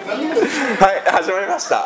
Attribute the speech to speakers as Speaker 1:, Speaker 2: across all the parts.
Speaker 1: はい始まりました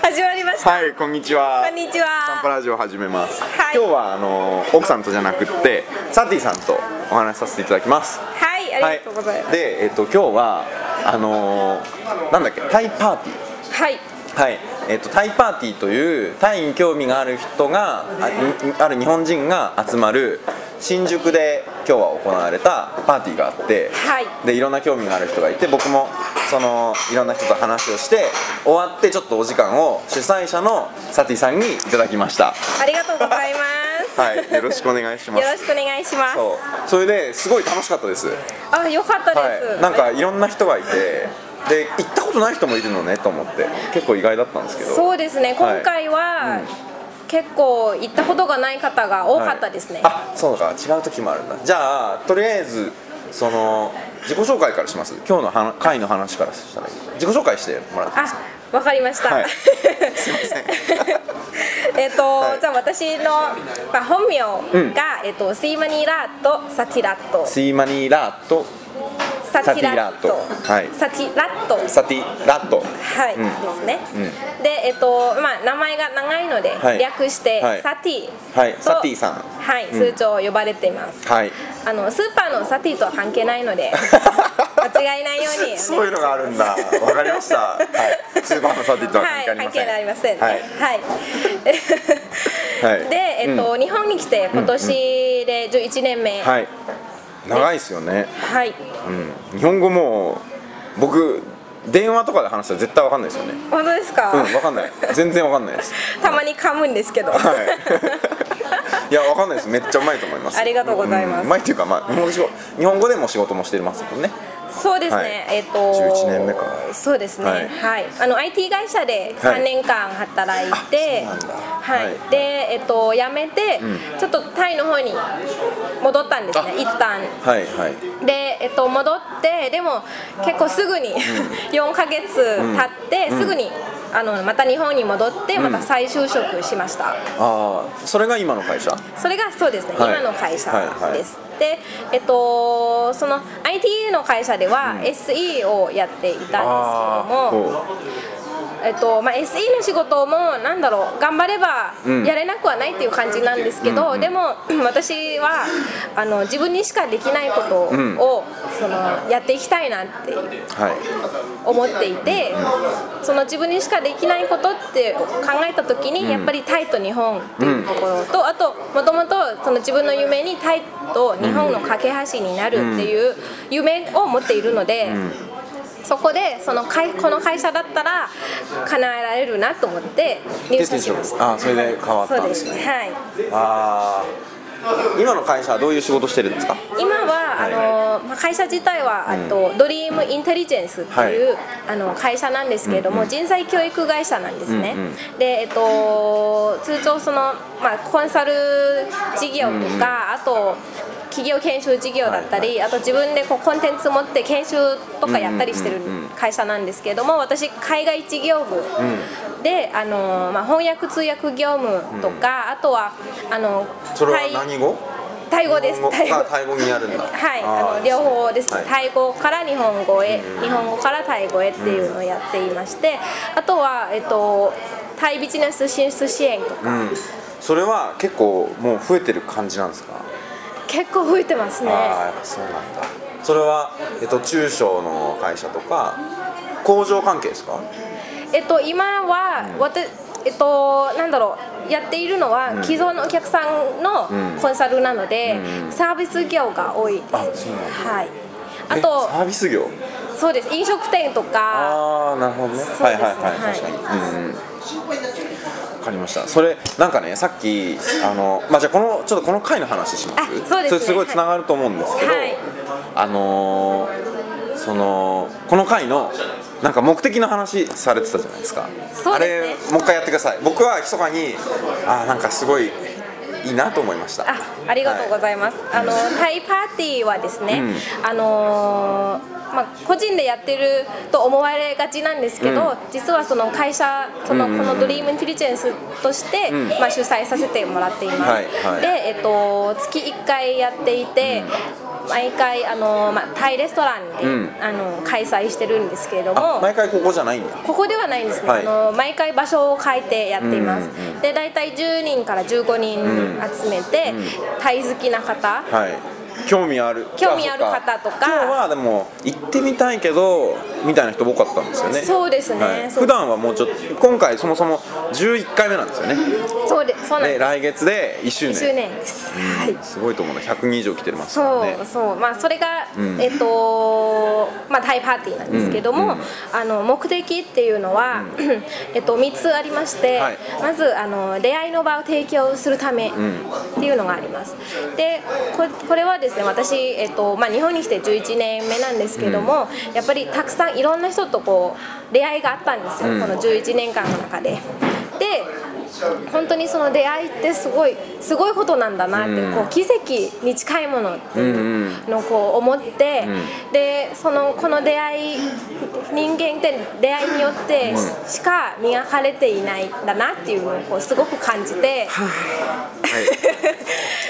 Speaker 2: 始まりました。
Speaker 1: はいこんにちは
Speaker 2: こんにちは
Speaker 1: サンパラジオ始めます、
Speaker 2: はい
Speaker 1: 今日はあの奥さんとじゃなくってサティさんとお話しさせていただきます
Speaker 2: はい、ありがとうございま
Speaker 1: でえっ、と今日はあのーなんだっけタイパーティー
Speaker 2: す。はい、
Speaker 1: はいえっとタイパーティーというタイに興味がある人があにある日本人が集まる新宿で今日は行われたパーティーがあって、
Speaker 2: はい
Speaker 1: でいろんな興味がある人がいて僕もそのいろんな人と話をして終わってちょっとお時間を主催者のサティさんにいただきました
Speaker 2: ありがとうございます。
Speaker 1: はいよろしくお願いします
Speaker 2: よろしくお願いします。
Speaker 1: そうそれですごい楽しかったです
Speaker 2: あ、よかったです。
Speaker 1: はい、なんかいろんな人がいてで行ったことない人もいるのねと思って結構意外だったんですけど
Speaker 2: そうです
Speaker 1: は
Speaker 2: ね。
Speaker 1: い
Speaker 2: 今回は、
Speaker 1: うん
Speaker 2: 結構行ったことがない方が多かったです
Speaker 1: は
Speaker 2: ね。
Speaker 1: いあそうか違う時もあるんだじゃあとりあえずその自己紹介からします今日のは会の話からしたらいい自己紹介してもらって
Speaker 2: あ、わかりました。
Speaker 1: はいすいません
Speaker 2: えっと、
Speaker 1: はい
Speaker 2: じゃあ私の、まあ、本名が、
Speaker 1: うん
Speaker 2: えっとスイマニラートサティラット
Speaker 1: スイマニーラート
Speaker 2: サティラット
Speaker 1: サティラットはい
Speaker 2: サティラット
Speaker 1: サティラット
Speaker 2: はい、
Speaker 1: うん
Speaker 2: ですね、でえっとまあ名前が長いので、
Speaker 1: はい
Speaker 2: 略して、
Speaker 1: はい
Speaker 2: サティ
Speaker 1: はい
Speaker 2: と
Speaker 1: サティさん
Speaker 2: は
Speaker 1: う
Speaker 2: い
Speaker 1: ん
Speaker 2: 通常呼ばれています、
Speaker 1: はい
Speaker 2: あのスーパーのサティとは関係ない ので間違えないようにお願いします
Speaker 1: そういうのがあるんだわかりましたはいスーパーのサティとは関係ありません
Speaker 2: はい、関係ありませんね
Speaker 1: は
Speaker 2: はいい、
Speaker 1: はい
Speaker 2: で、えっと日本に来て今年で11年目、はい、
Speaker 1: はい長いですよねうん日本語も僕電話とかで話したら絶対わかんないですよね
Speaker 2: 本当ですか、
Speaker 1: うんわかんない全然わかんないです
Speaker 2: たまに噛むんですけど、
Speaker 1: はい。いや、わかんないです。めっちゃうまいと思います。
Speaker 2: ありがとうございます
Speaker 1: んうまいっていうか、まあ、日本語仕事日本語でも仕事もしてますもんね。
Speaker 2: そうですね、
Speaker 1: はい
Speaker 2: えっ、と
Speaker 1: 11年目か
Speaker 2: そうですね
Speaker 1: は
Speaker 2: はいい、あの IT 会社で
Speaker 1: は
Speaker 2: 3
Speaker 1: い
Speaker 2: 年間働いて
Speaker 1: あそうなんだ
Speaker 2: はい、
Speaker 1: はい
Speaker 2: でえっ、と辞めて、
Speaker 1: ん
Speaker 2: ちょっとタイの方に戻ったんですね一旦
Speaker 1: はい、はい。
Speaker 2: でえっ、と戻ってでも結構すぐに、4ヶ月経って、すぐにあのまた日本に戻ってまた再就職しました、
Speaker 1: ああ、それが今の会社。
Speaker 2: それがそうですね、
Speaker 1: はい
Speaker 2: 今の会社
Speaker 1: はいはい
Speaker 2: です、でえっとその IT の会社では SE をやっていたんですけど
Speaker 1: あ
Speaker 2: も、えっとまあ、SE の仕事もなんだろう頑張れば
Speaker 1: うん
Speaker 2: やれなくはないっていう感じなんですけど、でも うん私はあの自分にしかできないことを、
Speaker 1: ん
Speaker 2: そのやっていきたいなって
Speaker 1: ーはい。
Speaker 2: 思っていて、その自分にしかできないことって考えた時に、やっぱりタイと日本っていうところと、あともともとその自分の夢にタイと日本の架け橋になるっていう夢を持っているので。そこでその会この会社だったら叶えられるなと思って入社しました
Speaker 1: ああー、それで変わったん
Speaker 2: そう
Speaker 1: で
Speaker 2: ですす
Speaker 1: ね。
Speaker 2: はい
Speaker 1: ああ。今の会社はどういう仕事してるんですか。
Speaker 2: 今は
Speaker 1: はい
Speaker 2: あのまあ会社自体はあとドリームインテリジェンスっていうあの会社なんですけれども人材教育会社なんですね
Speaker 1: うん
Speaker 2: でえっと通常そのまあコンサル事業とかあと企業研修事業だったりあと自分でこうコンテンツ持って研修とかやったりしてる会社なんですけれども私海外事業部であのまあ翻訳通訳業務とかあとはあの
Speaker 1: それは
Speaker 2: タイ
Speaker 1: 何語。
Speaker 2: タイ語です
Speaker 1: 日本
Speaker 2: タイ
Speaker 1: 語あ
Speaker 2: 語
Speaker 1: タイ語にやるんだ。
Speaker 2: はい、
Speaker 1: ー
Speaker 2: あの両方です、
Speaker 1: はい
Speaker 2: タイ語から日本語へ、日本語からタイ語へっていうのをやっていまして、あとは、えっと、タイビジネス進出支援とか、
Speaker 1: うん。それは結構もう増えてる感じなんですか。
Speaker 2: 結構増えてますね
Speaker 1: ああやっぱそうなんだそれは、えっと、中小の会社とか工場関係ですか
Speaker 2: えっと今は、わたえっとなんだろうやっているのは、既存のお客さんのコンサルなので、サービス業が多いです
Speaker 1: あそうなんだ
Speaker 2: はいあ
Speaker 1: え
Speaker 2: と
Speaker 1: サービス業
Speaker 2: そうです飲食店とか
Speaker 1: ああなるほどね
Speaker 2: すね
Speaker 1: はいはいはい、
Speaker 2: はい
Speaker 1: 確かにうんうんわかりましたそれなんかねさっきあのまあじゃあこのちょっとこの回の話します
Speaker 2: あそうです
Speaker 1: れ
Speaker 2: ね
Speaker 1: すごいつながると思うんですけど、
Speaker 2: はい
Speaker 1: あのーそのこの回のなんか目的の話されてたじゃないですか
Speaker 2: そうで
Speaker 1: あれ
Speaker 2: すね
Speaker 1: もう一回やってください僕は密かにあーなんかすごいいいなと思いました
Speaker 2: あ、ありがとうございます。あのタイパーティーはですね、あのーまあ個人でやってると思われがちなんですけど、実はその会社そのこのドリームインテリジェンスとして、まあ主催させてもらっています。
Speaker 1: はいはい
Speaker 2: で、えっと月1回やっていて。毎回あの、まあ、タイレストランで、
Speaker 1: うん
Speaker 2: あの開催してるんですけれど
Speaker 1: あ
Speaker 2: も
Speaker 1: 毎回ここじゃないんだ
Speaker 2: ここではないんですね、
Speaker 1: はい
Speaker 2: あの毎回場所を変えてやっていま
Speaker 1: う
Speaker 2: す、
Speaker 1: んうんうん
Speaker 2: で大体10人から15人集めて、タイ好きな方
Speaker 1: はい興味ある
Speaker 2: 興味ある方
Speaker 1: あそっ
Speaker 2: とか
Speaker 1: 今日はでも行ってみたいけどみたいな人多かったんですよね
Speaker 2: そうですね
Speaker 1: はい
Speaker 2: そう
Speaker 1: 普段はもうちょっと今回そもそも11回目なんですよね
Speaker 2: そうでそうなん
Speaker 1: で
Speaker 2: で
Speaker 1: 来月で1周年
Speaker 2: す1周年です、はい
Speaker 1: すごいと思うな100人以上来てますからね
Speaker 2: そうそうまあそれが、
Speaker 1: うん
Speaker 2: えっとまあタイパーティーなんですけども、
Speaker 1: うんうん
Speaker 2: あの目的っていうのは、えっと3つありまして、
Speaker 1: はい
Speaker 2: まずあの出会いの場を提供するためっていうのがあります、でここれはですね私、えっとまあ、日本に来て11年目なんですけども、やっぱりたくさんいろんな人とこう出会いがあったんですよ、
Speaker 1: うん
Speaker 2: この11年間の中でで本当にその出会いってすごいすごいことなんだなって、
Speaker 1: うん
Speaker 2: こう奇跡に近いものって
Speaker 1: うん
Speaker 2: いう
Speaker 1: うん
Speaker 2: のをこう思って、
Speaker 1: う
Speaker 2: でそのこの出会い人間って出会いによって
Speaker 1: うん
Speaker 2: しか磨かれていないんだなっていうのをこうすごく感じて、
Speaker 1: はい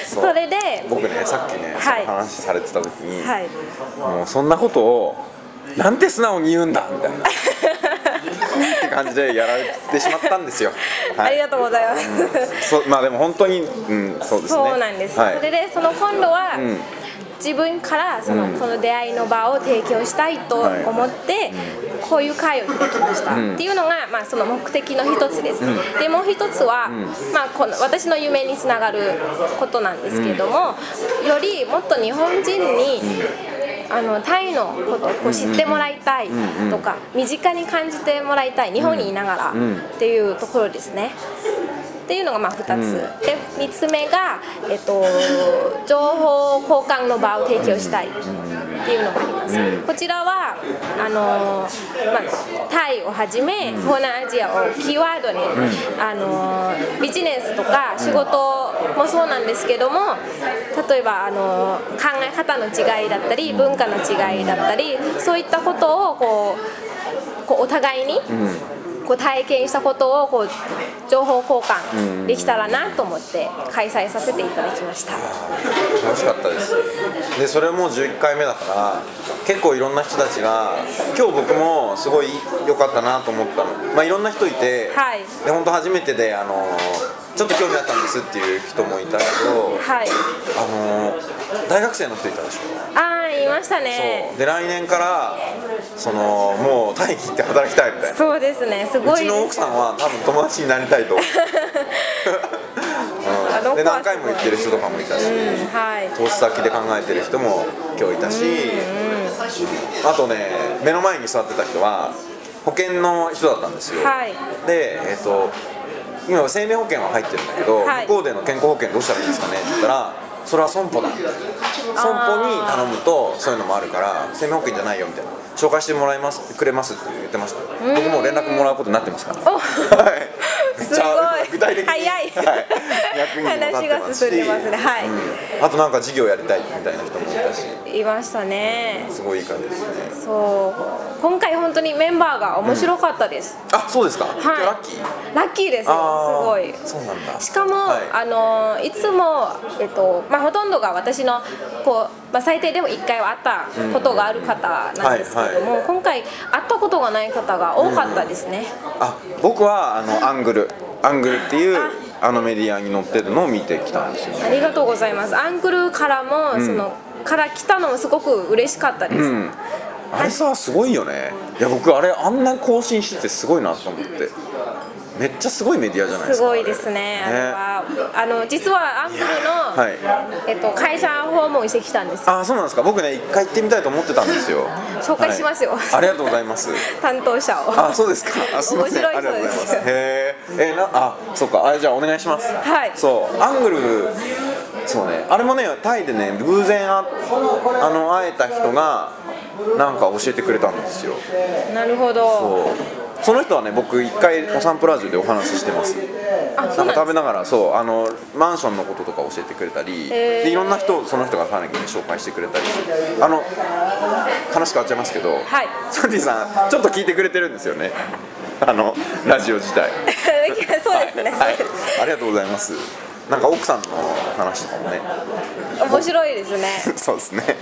Speaker 2: そうれで、
Speaker 1: 僕ねさっきね、
Speaker 2: はい
Speaker 1: その話されてた時に、
Speaker 2: はい、
Speaker 1: もうそんなことをなんて素直に言うんだみ たいなって感じでやられてしまったんですよ、
Speaker 2: あ
Speaker 1: は
Speaker 2: り
Speaker 1: い、
Speaker 2: がとうございます。
Speaker 1: そうまあでも本当に、うん、そうですね
Speaker 2: そうなんです、
Speaker 1: はい
Speaker 2: それでその今度は、
Speaker 1: うん
Speaker 2: 自分からその、
Speaker 1: うん
Speaker 2: この出会いの場を提供したいと
Speaker 1: はい
Speaker 2: 思って、こういう会を開きました、
Speaker 1: うん
Speaker 2: っていうのが、まあ、その目的の一つです、でもう一つは、まあ、この私の夢につながることなんですけれども、よりもっと日本人に、あのタイのことをこう知ってもらいたいとか、身近に感じてもらいたい日本にいながら
Speaker 1: うん
Speaker 2: っていうところですね。っていうのがまあ2つ、で3つ目が、えっと、情報交換の場を提供したいっていうのがあります、こちらはあのーまあ、タイをはじめ東南アジアをキーワードに、あのービジネスとか仕事もそうなんですけども例えば、あのー考え方の違いだったり文化の違いだったりそういったことをこうこうお互いに、こう体験したことをこう情報交換できたらなと思って開催させていただきました、
Speaker 1: 楽しかったですでそれも11回目だから結構いろんな人たちが今日僕もすごい良かったなと思ったのまあいろんな人いて、
Speaker 2: はい
Speaker 1: で本当初めてであのちょっと興味あったんですっていう人もいたけど
Speaker 2: はい
Speaker 1: あの大学生の人いたでしょ
Speaker 2: ああ言いましたね
Speaker 1: そうで来年からそのもうタイに行って働きたいみたいな
Speaker 2: そうですねすご
Speaker 1: う
Speaker 2: い
Speaker 1: ちの奥さんは多分友達になりたい と思う、
Speaker 2: あ
Speaker 1: う
Speaker 2: の
Speaker 1: ん、で
Speaker 2: 子は
Speaker 1: 何回も行ってる人とかもいたし、
Speaker 2: うんはい
Speaker 1: 投資先で考えてる人も今日いたし、あとね目の前に座ってた人は保険の人だったんですよ、
Speaker 2: はい
Speaker 1: でえっ、と今生命保険は入ってるんだけど、
Speaker 2: はい
Speaker 1: 向こうでの健康保険どうしたらいいんですかねって言ったらそれは損保だ損保に頼むとそういうのもあるから生命保険じゃないよみたいな紹介してもらいますくれますって言ってました僕もう連絡もらうことになってますから
Speaker 2: お
Speaker 1: はいめっちゃ
Speaker 2: すごい
Speaker 1: 具体的に
Speaker 2: 早い
Speaker 1: はい、役にも立ってますし
Speaker 2: 話が進んでますねはい
Speaker 1: うんあとなんか事業やりたいみたいな人もいたし
Speaker 2: 言いましたね
Speaker 1: すごいいい感じですね
Speaker 2: そう今回本当にメンバーが面白かったです、
Speaker 1: あそうですか、今日
Speaker 2: はい
Speaker 1: ラッキー
Speaker 2: ラッキーです
Speaker 1: あー
Speaker 2: よすごい
Speaker 1: そうなんだ
Speaker 2: しかも、
Speaker 1: はい
Speaker 2: あのいつも、えっとまあ、ほとんどが私のこう、まあ、最低でも1回は会ったことがある方なんですけども、今回会ったことがない方が多かったですね、
Speaker 1: あ僕はあのアングルアングルっていう
Speaker 2: あ
Speaker 1: あのメディアに載ってるのを見てきたんですよね
Speaker 2: ありがとうございますアンクルからも、そのから来たのもすごく嬉しかったです、
Speaker 1: うんあれさすごいよねいや僕あれあんな更新しててすごいなと思ってめっちゃすごいメディアじゃないですすか
Speaker 2: ごいですねあれはあの実はアンクルの、
Speaker 1: は
Speaker 2: えっと、会社訪問してきたんですよ
Speaker 1: あそうなんですか僕ね一回行ってみたいと思ってたんですよ
Speaker 2: 紹介しますよ
Speaker 1: はいありがとうございます
Speaker 2: 担当者を
Speaker 1: あそうですかあすいません
Speaker 2: 面白い
Speaker 1: ありがとうございま
Speaker 2: そ
Speaker 1: す
Speaker 2: うです
Speaker 1: へーえなあそっかあじゃあお願いします
Speaker 2: はい
Speaker 1: そうアングルそうねあれもねタイでね偶然ああの会えた人がなんか教えてくれたんですよ
Speaker 2: なるほど
Speaker 1: そうその人はね僕一回お散歩ラジオでお話ししてます
Speaker 2: あ
Speaker 1: な
Speaker 2: そうん
Speaker 1: か
Speaker 2: なん
Speaker 1: 食
Speaker 2: で
Speaker 1: べながらそうあのマンションのこととか教えてくれたり、
Speaker 2: へー
Speaker 1: でいろんな人をその人がさらに、ね、紹介してくれたりあの話変わっちゃいますけど、
Speaker 2: すはい
Speaker 1: サンディさんちょっと聞いてくれてるんですよねあのラジオ自体
Speaker 2: そうですね、
Speaker 1: はい、ありがとうございますなんか奥さんの話とかもね
Speaker 2: 面白いですね
Speaker 1: そうですね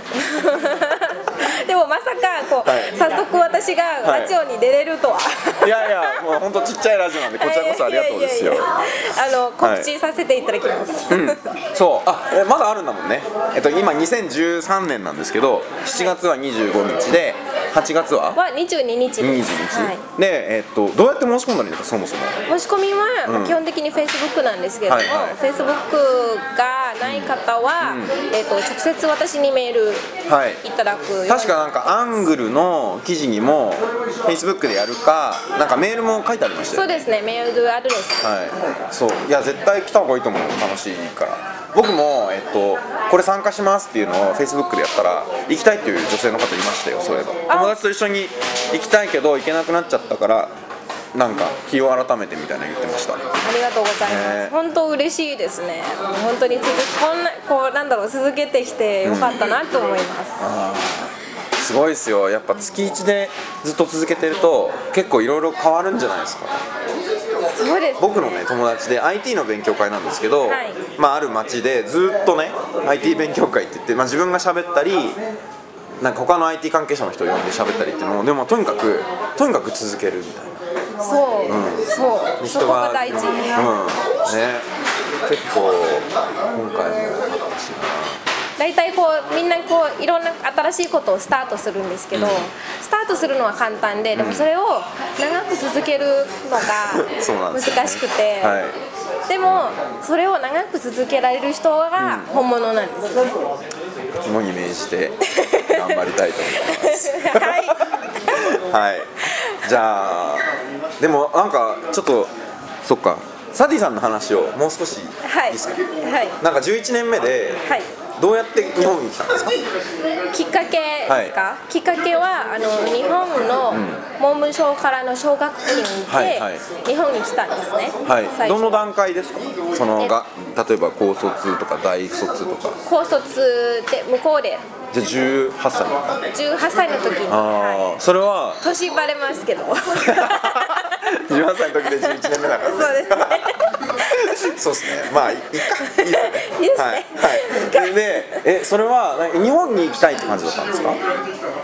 Speaker 2: でもまさかこう、
Speaker 1: はい
Speaker 2: 早速私が
Speaker 1: はい
Speaker 2: ラジオに出れるとは、
Speaker 1: いやい やもう本当ちっちゃいラジオなんでこちらこそありがとうですよ
Speaker 2: いやいやいやあの告知させていただきます、
Speaker 1: そうあえまだあるんだもんね、えっと、今2013年なんですけど7月は25日で8月は
Speaker 2: は22日です
Speaker 1: 22日、
Speaker 2: はい
Speaker 1: で、えっと、どうやって申し込んだらいいですかそもそも
Speaker 2: 申し込み
Speaker 1: うん
Speaker 2: は基本的に Facebook なんですけれども、
Speaker 1: はいはい
Speaker 2: Facebook がない方は、えっと直接私にメール
Speaker 1: はい
Speaker 2: いただくように
Speaker 1: 確かなんかアングルの記事にも Facebook でやるかなんかメールも書いてありました
Speaker 2: そう
Speaker 1: よ
Speaker 2: ですねメールアドレス
Speaker 1: はいそういや絶対来た方がいいと思う楽しいから僕も、えっと、これ参加しますっていうのを Facebook でやったら行きたいっていう女性の方いましたよそういえば
Speaker 2: あ
Speaker 1: 友達と一緒に行きたいけど行けなくなっちゃったからなんか日を改めてみたいなの言ってました
Speaker 2: ありがとうございます、
Speaker 1: ね
Speaker 2: 本当嬉しいですね本当に続こんなこうなんだろう続けてきてよかったなと思います、
Speaker 1: すごいですよやっぱ月1でずっと続けてると結構いろいろ変わるんじゃないですか
Speaker 2: そうです
Speaker 1: 僕のね友達で IT の勉強会なんですけど、
Speaker 2: はい
Speaker 1: まあ、ある町でずっとね IT 勉強会って言って、まあ、自分が喋ったりなんか他の IT 関係者の人を呼んで喋ったりっていうのをでもとにかくとにかく続けるみたいな
Speaker 2: そう、そうそ
Speaker 1: 人
Speaker 2: こ
Speaker 1: が
Speaker 2: が大事、
Speaker 1: うんね結構今回もあったし
Speaker 2: 大体こうみんなこういろんな新しいことをスタートするんですけど、スタートするのは簡単ででもそれを長く続けるの
Speaker 1: そうなん
Speaker 2: が
Speaker 1: ですよね
Speaker 2: 難しくて、
Speaker 1: は
Speaker 2: でもそれを長く続けられる人が本物なんで すよね、
Speaker 1: 肝に銘じて頑張りたいと思います
Speaker 2: は
Speaker 1: はい。じゃあ、でもなんかちょっと、そっか、サディさんの話をもう少しい
Speaker 2: い、はいい
Speaker 1: ですか。、
Speaker 2: はい
Speaker 1: なんか11年目で、
Speaker 2: はい
Speaker 1: どうやって日本に来たんですか。
Speaker 2: きっかけですか、きっかけはあの日本の文部省からの奨学金
Speaker 1: はい
Speaker 2: で
Speaker 1: はい
Speaker 2: 日本に来たんですね、
Speaker 1: はい。
Speaker 2: 最
Speaker 1: ど
Speaker 2: 初
Speaker 1: の段階ですか。そのが、例えば高卒とか大卒とか、
Speaker 2: 高卒で向こうで
Speaker 1: じゃあ18歳。あ
Speaker 2: 18歳の時に、
Speaker 1: あ
Speaker 2: は
Speaker 1: ー、それは。
Speaker 2: い、年バレま すけど
Speaker 1: 18歳の時で11年目だか
Speaker 2: そうですね
Speaker 1: ら。そうですね。まあいいいか。いいですね。
Speaker 2: いいですね
Speaker 1: はい。はい。で、え、それはなんか日本に行きたいって感じだったんですか。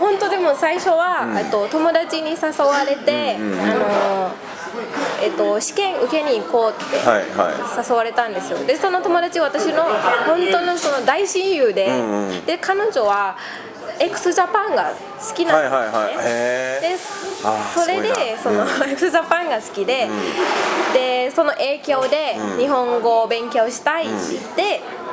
Speaker 2: 本当でも最初は、えっと友達に誘われて、あのえっと試験受けに行こうって
Speaker 1: はいは
Speaker 2: 誘われたんですよでその友達は私の本当のその大親友で、
Speaker 1: んう
Speaker 2: で彼女は x ジャパンが好きなんですね、
Speaker 1: はいはいはいへー
Speaker 2: で
Speaker 1: あー
Speaker 2: それです
Speaker 1: ごいな
Speaker 2: その、x ジャパンが好きで、でその影響で日本語を勉強したいって言って、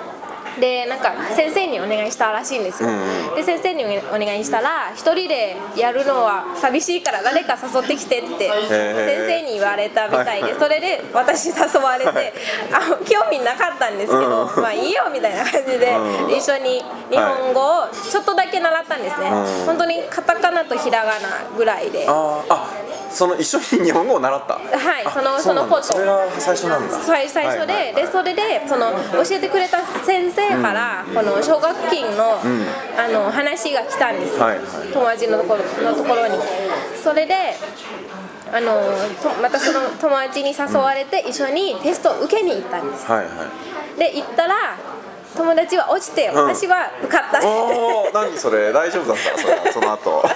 Speaker 2: でなんか先生にお願いしたらしいんですよ、
Speaker 1: ん
Speaker 2: で先生にお願いしたら一人でやるのは寂しいから誰か誘ってきてって先生に言われたみたい
Speaker 1: はい
Speaker 2: でそれで私誘われて
Speaker 1: はい
Speaker 2: あ興味なかったんですけど
Speaker 1: うん
Speaker 2: まあいいよみたいな感じで
Speaker 1: うん
Speaker 2: 一緒に日本語をちょっとだけ習ったんですね
Speaker 1: うん
Speaker 2: 本当にカタカナとひらがなぐらいでは
Speaker 1: あーあその一緒に日本語を習った
Speaker 2: いその
Speaker 1: そ
Speaker 2: そう
Speaker 1: な
Speaker 2: の
Speaker 1: ん
Speaker 2: こ
Speaker 1: だそれ
Speaker 2: と
Speaker 1: が最初なんだ
Speaker 2: 最最初で,、
Speaker 1: はいはいはい
Speaker 2: でそれでその教えてくれた先生からこの奨学金の,、あの話が来たんですよ、
Speaker 1: はいはい
Speaker 2: 友達のところのところにそれであのとまたその友達に誘われて一緒にテストを受けに行ったんです
Speaker 1: はいはい
Speaker 2: で行ったら友達は落ちて
Speaker 1: ん
Speaker 2: 私は受かった、
Speaker 1: おお何それ大丈夫だったそれその後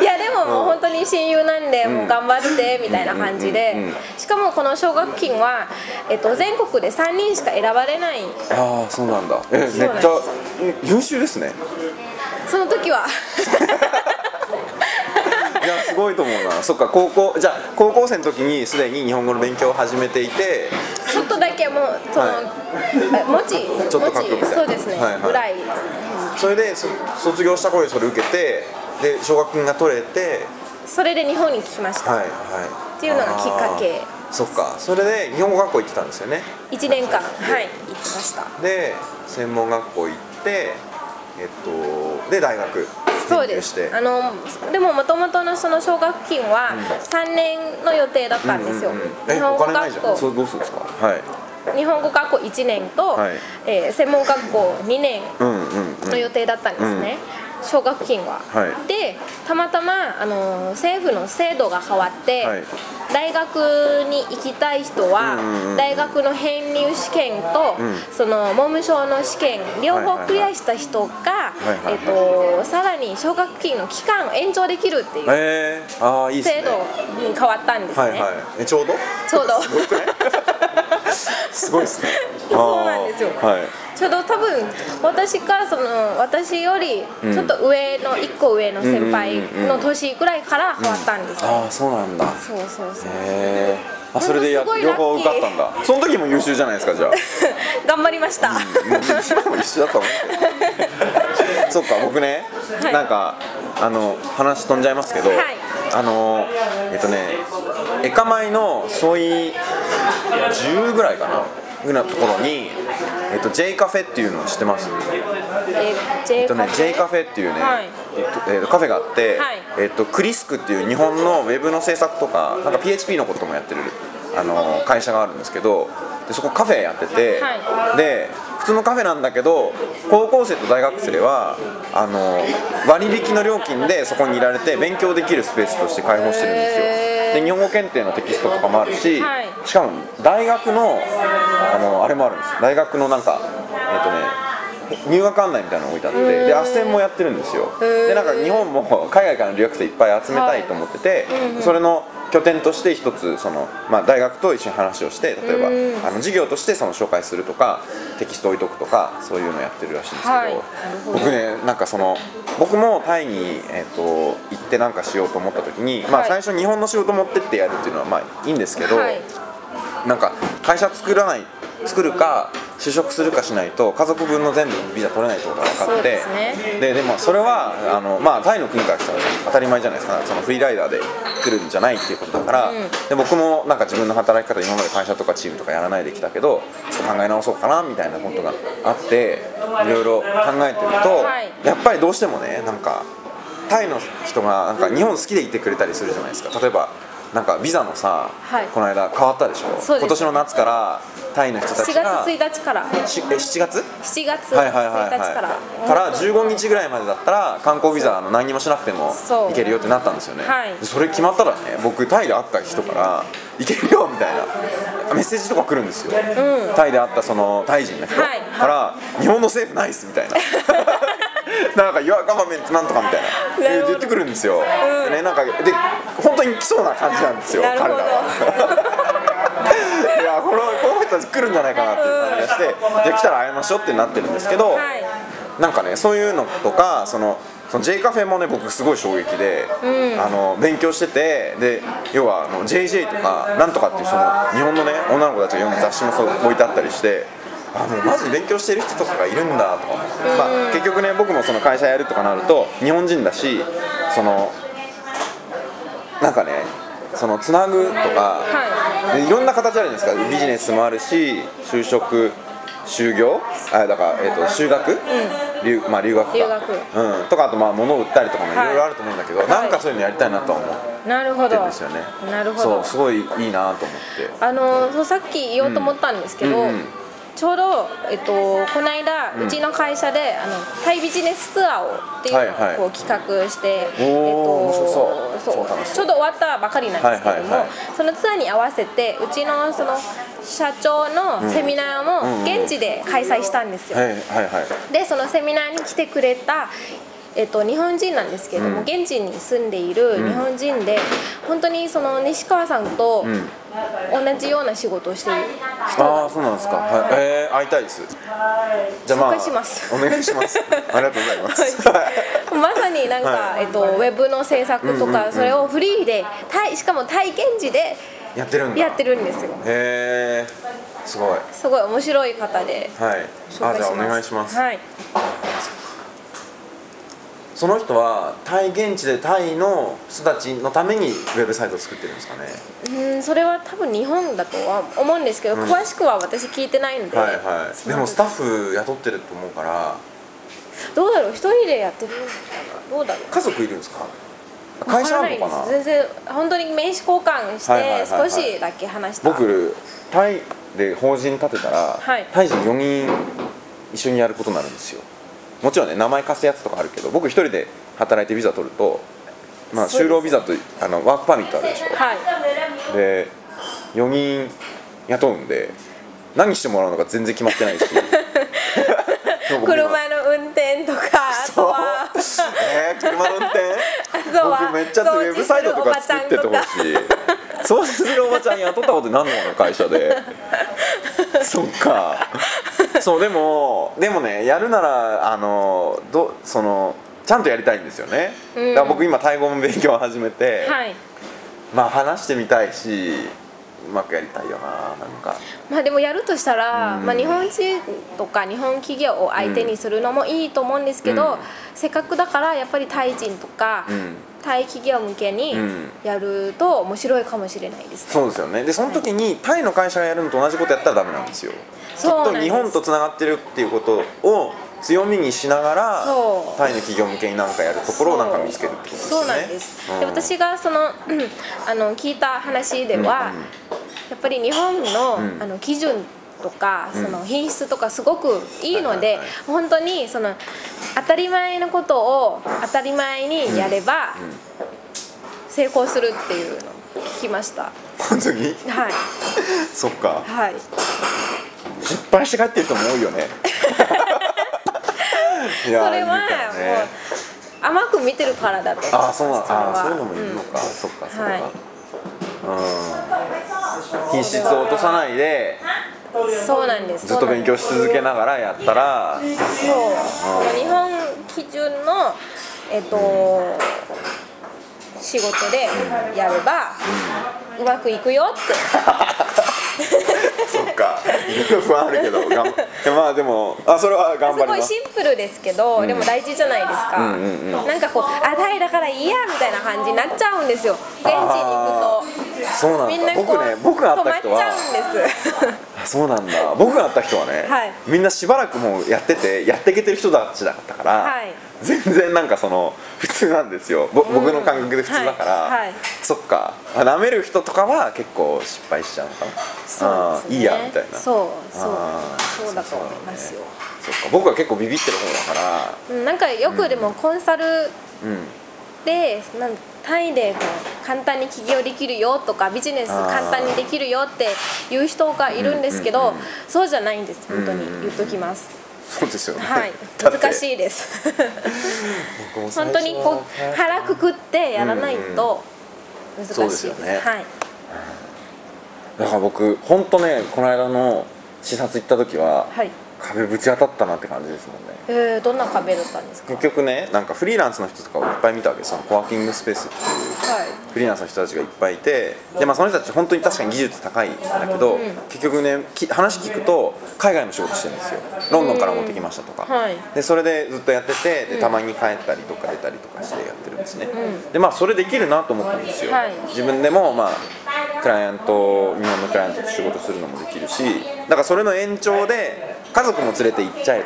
Speaker 2: いやでももう本当に親友なんでもう頑張ってみたいな感じでしかもこの奨学金は、えっと、全国で3人しか選ばれない
Speaker 1: ああそうなんだえめっ
Speaker 2: そ
Speaker 1: ちゃ
Speaker 2: うなんです
Speaker 1: うん優秀ですね
Speaker 2: その時は
Speaker 1: いやすごいと思うなそっか高校じゃあ高校生の時にすでに日本語の勉強を始めていて
Speaker 2: ちょっとだけもうその、
Speaker 1: は
Speaker 2: え文字
Speaker 1: ちょっと書くみたい
Speaker 2: 文
Speaker 1: な
Speaker 2: 字そうですね、
Speaker 1: はいはい
Speaker 2: ぐらいですね
Speaker 1: それでそ卒業した頃にそれ受けてで奨学金が取れて
Speaker 2: それで日本に来ました、
Speaker 1: はいはい
Speaker 2: っていうのがきっかけ
Speaker 1: あーそっかそれで日本語学校行ってたんですよね
Speaker 2: 1年間はい行きました
Speaker 1: で専門学校行ってえっとで大学
Speaker 2: そう
Speaker 1: 勉強
Speaker 2: で
Speaker 1: して
Speaker 2: すあのでももともとのその奨学金は3年の予定だったんですよ、
Speaker 1: うんうんうん
Speaker 2: 日
Speaker 1: え
Speaker 2: 本
Speaker 1: お
Speaker 2: 語
Speaker 1: 金ないじ
Speaker 2: 学
Speaker 1: ゃん
Speaker 2: 校
Speaker 1: それどうするんですかはい
Speaker 2: 日本語学校1年と、
Speaker 1: はい
Speaker 2: えー専門学校2年
Speaker 1: うんうんうん
Speaker 2: の予定だったんですね、奨学金は、
Speaker 1: はい
Speaker 2: でたまたまあの政府の制度が変わって、
Speaker 1: はい
Speaker 2: 大学に行きたい人
Speaker 1: う
Speaker 2: は、
Speaker 1: んうんうん
Speaker 2: 大学の編入試験と、
Speaker 1: ん
Speaker 2: その文部省の試験両
Speaker 1: はいはい
Speaker 2: 方
Speaker 1: はい
Speaker 2: クリアした人が、
Speaker 1: いはいはい
Speaker 2: えっとさらに奨学金の期間を延長できるっていう
Speaker 1: えー、ああいいですね
Speaker 2: 制度に変わったんですね、
Speaker 1: はいはいえちょうど
Speaker 2: ちょうど
Speaker 1: すごいですね
Speaker 2: そうなんですよ
Speaker 1: あーはい
Speaker 2: ちょうど多分私かその私よりちょっと上の1個上の先輩の年ぐらいから変わったんですよ、
Speaker 1: ああそうなんだ
Speaker 2: そうそうそう
Speaker 1: へえあそれでや
Speaker 2: ほんとす
Speaker 1: 両
Speaker 2: ごいラッキー
Speaker 1: 方受かったんだその時も優秀じゃないです かじゃあ
Speaker 2: 頑張りました、
Speaker 1: もう今も一緒だと思うけどそっか僕ね、
Speaker 2: はい
Speaker 1: なんかあの話飛んじゃいますけど、
Speaker 2: はい
Speaker 1: あのえっとねエカマイのソイ10ぐらいかなぐらいのところに、えっと、J カフェっていうのを知ってます
Speaker 2: え J
Speaker 1: えっとね、J カ
Speaker 2: フ
Speaker 1: フェっていうね、
Speaker 2: はい
Speaker 1: えっとえっとカフェがあって、
Speaker 2: はい
Speaker 1: えっと、クリスクっていう日本のウェブの制作とかなんか PHP のこともやってるあの会社があるんですけどでそこカフェやってて、
Speaker 2: は
Speaker 1: で普通のカフェなんだけど高校生と大学生はあの割引の料金でそこにいられて勉強できるスペースとして開放してるんですよ。
Speaker 2: へー
Speaker 1: で日本語検定のテキストとかもあるし、
Speaker 2: はい
Speaker 1: しかも大学のあのあれもあるんです大学のなんかえっ、とね入学案内みたいなの置いてあってで斡旋もやってるんですよ
Speaker 2: へー
Speaker 1: でなんか日本も 海外からの留学生いっぱい集めたいと思ってて、それの拠点として一つその、まあ、大学と一緒に話をして例えばあの授業としてその紹介するとかテキスト置いとくとかそういうのやってるらしいんですけど,、
Speaker 2: はいなるほど
Speaker 1: 僕ねなんかその僕もタイに、えっと行ってなんかしようと思った時に、まあ
Speaker 2: はい
Speaker 1: 最初日本の仕事持ってってやるっていうのはまあいいんですけど、
Speaker 2: はい
Speaker 1: なんか会社作らない作るか就職するかしないと家族分の全部ビザ取れないってことが分か
Speaker 2: そ
Speaker 1: っ
Speaker 2: う
Speaker 1: て
Speaker 2: ですね
Speaker 1: ででもそれはあの、まあ、タイの国からしたら当たり前じゃないですかそのフリーライダーで来るんじゃないっていうことだから、で僕もなんか自分の働き方今まで会社とかチームとかやらないできたけどちょっと考え直そうかなみたいなことがあっていろいろ考えてると、
Speaker 2: はい
Speaker 1: やっぱりどうしてもねなんかタイの人がなんか日本好きでいてくれたりするじゃないですか例えばなんかビザのさ、
Speaker 2: はい
Speaker 1: この間変わったでしょ
Speaker 2: そうです
Speaker 1: 今年の夏からタイの人た
Speaker 2: 4
Speaker 1: ちが
Speaker 2: 月1日から
Speaker 1: しえ7月
Speaker 2: 7月1日
Speaker 1: はいはいはい
Speaker 2: から、
Speaker 1: はいから15日ぐらいまでだったら観光ビザの何にもしなくても
Speaker 2: そう
Speaker 1: 行けるよってなったんですよね、
Speaker 2: はい
Speaker 1: でそれ決まったらね僕タイで会った人から行けるよみたいなメッセージとか来るんですよ、タイで会ったそのタイ人の人か
Speaker 2: はい
Speaker 1: ら、日本の政府ないっすみたいな なんか「y o u r government なんとか」みたいな
Speaker 2: なるほど
Speaker 1: 言ってくるんですよ、
Speaker 2: うん
Speaker 1: でねなんかで本当に来そうな感じなんですよ
Speaker 2: な
Speaker 1: 彼
Speaker 2: る
Speaker 1: ら
Speaker 2: ほど
Speaker 1: は いやこのこの人たち来るんじゃないかなっていう感じがしてじゃあ来たら会いましょうってなってるんですけど、
Speaker 2: はい
Speaker 1: なんかねそういうのとかそのその J カフェもね僕すごい衝撃で、あの勉強しててで要はあの JJ とかなんとかっていうその日本のね女の子たちが読む雑誌もそう置いてあったりして。あもうマジ勉強してる人とかがいるんだとか思って、まあ、結局ね僕もその会社やるとかなると日本人だしそのなんかねそのつなぐとか、、
Speaker 2: はい
Speaker 1: いろんな形あるじゃないですかビジネスもあるし就職就業あだから、えー、と修学、留まあ、留学か
Speaker 2: 留学
Speaker 1: うん、とかあとまあ物を売ったりとかもい
Speaker 2: はい
Speaker 1: ろいろあると思うんだけど、なんかそういうのやりたいなとは思っ
Speaker 2: なるほ
Speaker 1: てる
Speaker 2: ど
Speaker 1: んですよね
Speaker 2: なるほど
Speaker 1: そうすごいいいなと思って
Speaker 2: あのそうさっき言おうと思ったんですけど、
Speaker 1: うんうんうん
Speaker 2: ちょうど、えっと、この間、うちの会社であのタイビジネスツアーをっていう
Speaker 1: はいはい
Speaker 2: のをこう企画して、えっと、
Speaker 1: 面白そうそう楽しそう
Speaker 2: ちょうど終わったばかりなんですけど
Speaker 1: はい
Speaker 2: も、
Speaker 1: はいはい
Speaker 2: そのツアーに合わせてうちのその社長のセミナーも現地で開催したんですよ。
Speaker 1: はいはいはい
Speaker 2: でそのセミナーに来てくれた、えっと、日本人なんですけれども、現地に住んでいる日本人で、本当にその西川さんと
Speaker 1: ん
Speaker 2: 同じような仕事をしている人が、
Speaker 1: ああそうなんですか、はい、えー、会いたいですじゃあまあ
Speaker 2: 紹介します
Speaker 1: お願いし ますありがとうございます、
Speaker 2: まさになんか、
Speaker 1: は
Speaker 2: えっと、ウェブの制作とか、それをフリーでタイしかも体験時で
Speaker 1: やってるんだ
Speaker 2: やってるんですよ
Speaker 1: へえすごいはい
Speaker 2: すごい面白い方で紹
Speaker 1: あじ
Speaker 2: 介します
Speaker 1: ゃあお願いします、
Speaker 2: はい、
Speaker 1: その人はタイ現地でタイの人たちのためにウェブサイトを作ってるんですかね
Speaker 2: うんそれは多分日本だとは思うんですけど、詳しくは私聞いてないので、
Speaker 1: はいはいでもスタッフ雇ってると思うから
Speaker 2: どうだろう一人でやってるのかなどうだろう
Speaker 1: 家族いるんですか会社あるの
Speaker 2: わ
Speaker 1: か
Speaker 2: から
Speaker 1: な
Speaker 2: ないです全然本当に名刺交換して、
Speaker 1: はいはいはいはい
Speaker 2: 少しだけ話した
Speaker 1: 僕タイで法人立てたら、
Speaker 2: はい
Speaker 1: タイ人4人一緒にやることになるんですよもちろんね名前貸すやつとかあるけど僕一人で働いてビザ取ると、まあ、
Speaker 2: そうで
Speaker 1: 就
Speaker 2: す
Speaker 1: 労ビザとあのワークパーミットあるでし
Speaker 2: はい
Speaker 1: ょで4人雇うんで何してもらうのか全然決まってないしそう僕今
Speaker 2: 車の運転とかあと
Speaker 1: そう
Speaker 2: は
Speaker 1: えー、車の運転
Speaker 2: とは
Speaker 1: 僕めっちゃウェブサイトとか作っててほしい掃除するおばちゃん雇ったこと何のあの会社でそっかそうでもでもねやるならあのどそのちゃんとやりたいんですよね、
Speaker 2: うん
Speaker 1: だから僕今タイ語の勉強を始めて、
Speaker 2: はい
Speaker 1: まあ話してみたいしうまくやりたいよななんか
Speaker 2: まあでもやるとしたら、
Speaker 1: うん
Speaker 2: まあ、日本人とか日本企業を相手にするのもいいと思うんですけど、
Speaker 1: うん
Speaker 2: せっかくだからやっぱりタイ人とか、
Speaker 1: うん
Speaker 2: タイ企業向けに
Speaker 1: うん
Speaker 2: やると面白いかもしれないですね。
Speaker 1: そうですよねでその時にタイの会社がやるのと同じことやったらダメなんですよちょ
Speaker 2: そう
Speaker 1: っ
Speaker 2: なん
Speaker 1: と
Speaker 2: です
Speaker 1: 日本とつながってるっていうことを強みにしながら
Speaker 2: そう
Speaker 1: タイの企業向けになんかやるところをなんか見つけるってことですよね
Speaker 2: そうなんです、
Speaker 1: うん
Speaker 2: で私がその あの聞いた話では、
Speaker 1: うんうん
Speaker 2: やっぱり日本の,、
Speaker 1: うん
Speaker 2: あの基準とか
Speaker 1: うん
Speaker 2: その品質とかすごくいいので、
Speaker 1: はいはいはい
Speaker 2: 本当にその当たり前のことを当たり前にやれば、
Speaker 1: んうん
Speaker 2: 成功するっていうのを聞きました
Speaker 1: 本当 に
Speaker 2: はい
Speaker 1: そっか
Speaker 2: はい
Speaker 1: 失敗して帰ってる人も多いよ ねい
Speaker 2: そ
Speaker 1: や
Speaker 2: れはい
Speaker 1: るから
Speaker 2: も
Speaker 1: ね
Speaker 2: う甘く見てるからだと
Speaker 1: ああそうなんああ
Speaker 2: は
Speaker 1: そういうのもいるのか、そっかそっか、
Speaker 2: はい
Speaker 1: うん品質を落とさないで
Speaker 2: うんそうなんです
Speaker 1: ずっと勉強し続けながらやった ら
Speaker 2: そう、日本基準の、えっと仕事でやれば、うまくいくよって
Speaker 1: そっか、いろいろ不安あるけど、頑張まあでも、あそれは頑張
Speaker 2: す
Speaker 1: り
Speaker 2: ご
Speaker 1: ま
Speaker 2: い
Speaker 1: す。
Speaker 2: シンプルですけど、でも大事じゃないですか、
Speaker 1: うんうんう
Speaker 2: なんかこうあタイだからいいやみたいな感じになっちゃうんですよ現地に行くと
Speaker 1: そうなんだ
Speaker 2: みんなこう
Speaker 1: 僕ね僕が会った人は
Speaker 2: 止まっちゃうんです
Speaker 1: あそうなんだ。僕が会った人はね、
Speaker 2: はい
Speaker 1: みんなしばらくもうやってて、やっていけてる人たちだったから、
Speaker 2: はい
Speaker 1: 全然なんかその普通なんですよ。ぼ僕の感覚で普通だから、
Speaker 2: はいはい
Speaker 1: そっか。なめる人とかは結構失敗しちゃうのかな。
Speaker 2: そうですね
Speaker 1: あーいいやみたいな。
Speaker 2: そう
Speaker 1: あ
Speaker 2: そう
Speaker 1: ー
Speaker 2: そうだと思いますよ
Speaker 1: そっか。僕は結構ビビってる方だか
Speaker 2: うんなんかよくでもコンサル、
Speaker 1: ら、うん。
Speaker 2: でなん単位でこう簡単に起業できるよとかビジネス簡単にできるよっていう人がいるんですけど、そうじゃないんです本当に言っときます、
Speaker 1: そうですよね。
Speaker 2: はい
Speaker 1: だって
Speaker 2: 難しいです
Speaker 1: 僕も最初
Speaker 2: 本当にこう腹くくってやらないと難しいです,、
Speaker 1: そうですよね
Speaker 2: はい
Speaker 1: だから僕本当ねこの間の視察行った時は、
Speaker 2: はい
Speaker 1: 壁ぶち当たったなって感じですもんね
Speaker 2: えー、どんな壁だったんですか
Speaker 1: 結局ねなんかフリーランスの人とかをいっぱい見たわけそのコワーキングスペースっていう
Speaker 2: はい
Speaker 1: フリーランスの人たちがいっぱいいてで、まあ、その人たち本当に確かに技術高いんだけど、結局ねき話聞くと海外の仕事してるんですよロンドンから持ってきましたとか、
Speaker 2: うんはい
Speaker 1: でそれでずっとやっててでたまに帰ったりとか出たりとかしてやってるんですね、でまあそれできるなと思ったんですよ、
Speaker 2: はい
Speaker 1: 自分でもまあクライアント日本のクライアントと仕事するのもできるしだからそれの延長で家族も連れて行っちゃえ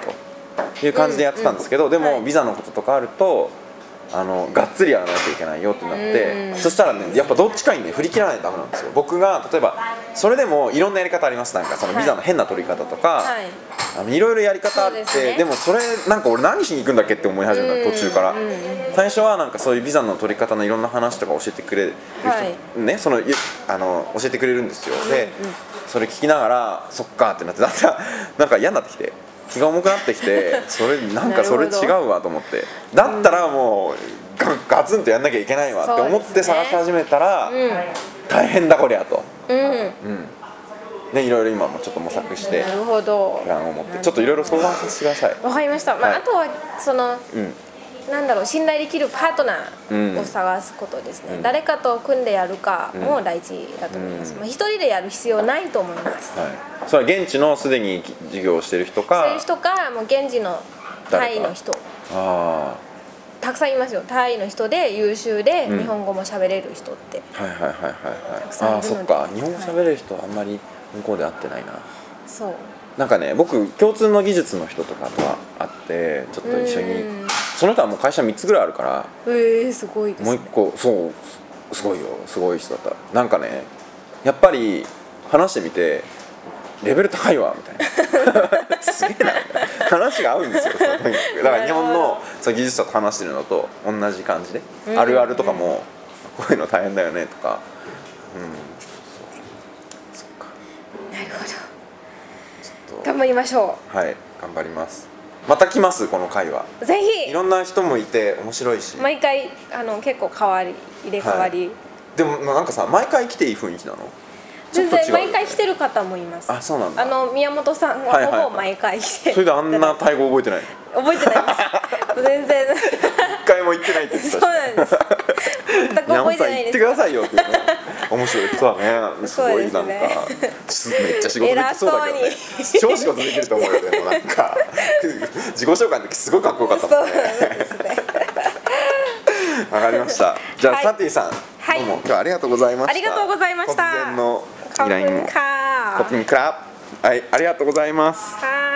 Speaker 1: という感じでやってたんですけど、でも、
Speaker 2: はい
Speaker 1: ビザのこととかあるとあのがっつりやらなきゃいけないよってなって、
Speaker 2: うん
Speaker 1: そしたらねやっぱどっちかにね振り切らないとダメなんですよ僕が例えばそれでもいろんなやり方ありますなんかそのビザの変な取り方とか、
Speaker 2: はい
Speaker 1: あのいろいろやり方あって
Speaker 2: そう
Speaker 1: で,、
Speaker 2: ですね
Speaker 1: もそれなんか俺何しに行くんだっけって思い始めた
Speaker 2: うん
Speaker 1: 途中から、
Speaker 2: うん
Speaker 1: 最初はなんかそういうビザの取り方のいろんな話とか教えてくれる人、
Speaker 2: はい
Speaker 1: ねそのゆあの教えてくれるんですよ、でそれ聞きながらそっかってなってなんか なんか嫌になってきて気が重くなってき てそれなんかそれ
Speaker 2: なるほ
Speaker 1: 違
Speaker 2: ど
Speaker 1: うわと思ってだったらもうガガツンとやんなきゃいけないわって思っ
Speaker 2: そう
Speaker 1: て
Speaker 2: ですね
Speaker 1: 探し始めたら、
Speaker 2: うん
Speaker 1: 大変だこりゃと、
Speaker 2: うん
Speaker 1: ね、いろいろ今もちょっと模索して
Speaker 2: なるほど
Speaker 1: プランを持ってちょっといろいろ相談させてください。
Speaker 2: わかりました、まあ
Speaker 1: はい
Speaker 2: あとはその
Speaker 1: うん
Speaker 2: なんだろう信頼できるパートナーを探すことですね、誰かと組んでやるかも大事だと思います、まあ、一人でやる必要ないと思います、
Speaker 1: はい、それは現地のすでに事業をしてる人か
Speaker 2: そういう人かもう現地のタイの人
Speaker 1: あ
Speaker 2: たくさんいますよタイの人で優秀で
Speaker 1: うん
Speaker 2: 日本語も喋れる人って、
Speaker 1: あはいはいはいはいはい
Speaker 2: くさん
Speaker 1: あー
Speaker 2: いるので
Speaker 1: そっか日本語喋れる人あんまり向こうで会ってないな
Speaker 2: そう
Speaker 1: なんかね僕共通の技術の人とかとは会ってちょっと一緒に
Speaker 2: うん
Speaker 1: その人はもう会社3つぐらいあるから
Speaker 2: えー、すごいです
Speaker 1: もう
Speaker 2: ね
Speaker 1: 一個そうすすごいよすごい人だったなんかねやっぱり話してみてレベル高いわみたいな すげえなみたいな話が合うんですよとにかくだから日本のその技術者と話してるのと同じ感じで、あるあるとかもこういうの大変だよねとかうんそっかそっかちょっ
Speaker 2: 頑張りましょ
Speaker 1: とはい頑張りますまた来ますこの会は
Speaker 2: うぜ
Speaker 1: い
Speaker 2: ひ
Speaker 1: ろんな人もいて面白いし、
Speaker 2: 毎回あの結構変わり入れ替わり、
Speaker 1: はいでもなんかさ毎回来ていい雰囲気なのちょ
Speaker 2: 全
Speaker 1: っと違う
Speaker 2: 然毎回来てる方もいます
Speaker 1: あそうなん
Speaker 2: あ
Speaker 1: だ
Speaker 2: の宮本さん
Speaker 1: はいは
Speaker 2: は
Speaker 1: いはい
Speaker 2: ほぼ毎回来て
Speaker 1: それであんなタイ語覚えてない
Speaker 2: 覚えてないです全然
Speaker 1: 一回も行ってないって言って
Speaker 2: そ
Speaker 1: た
Speaker 2: う
Speaker 1: し
Speaker 2: なんです全く覚
Speaker 1: 山
Speaker 2: えて
Speaker 1: さん
Speaker 2: ない
Speaker 1: 行っ
Speaker 2: で
Speaker 1: て
Speaker 2: す
Speaker 1: くださいよって言うね面白いそうだねすごいなんか、
Speaker 2: そう
Speaker 1: めっちゃ仕事できそうだけどね
Speaker 2: 偉
Speaker 1: 超仕事できると思うよでもなんか自己紹介の時すごいかっこよかった
Speaker 2: そ
Speaker 1: も
Speaker 2: う
Speaker 1: ん
Speaker 2: なん
Speaker 1: ね
Speaker 2: ですね
Speaker 1: わかりましたじゃあ、
Speaker 2: はい
Speaker 1: サティさん、
Speaker 2: はい
Speaker 1: どうも今日はありがとうございました
Speaker 2: ありがとうございました
Speaker 1: 突然の依頼にも
Speaker 2: カ
Speaker 1: コピンクラブはいありがとうございます
Speaker 2: は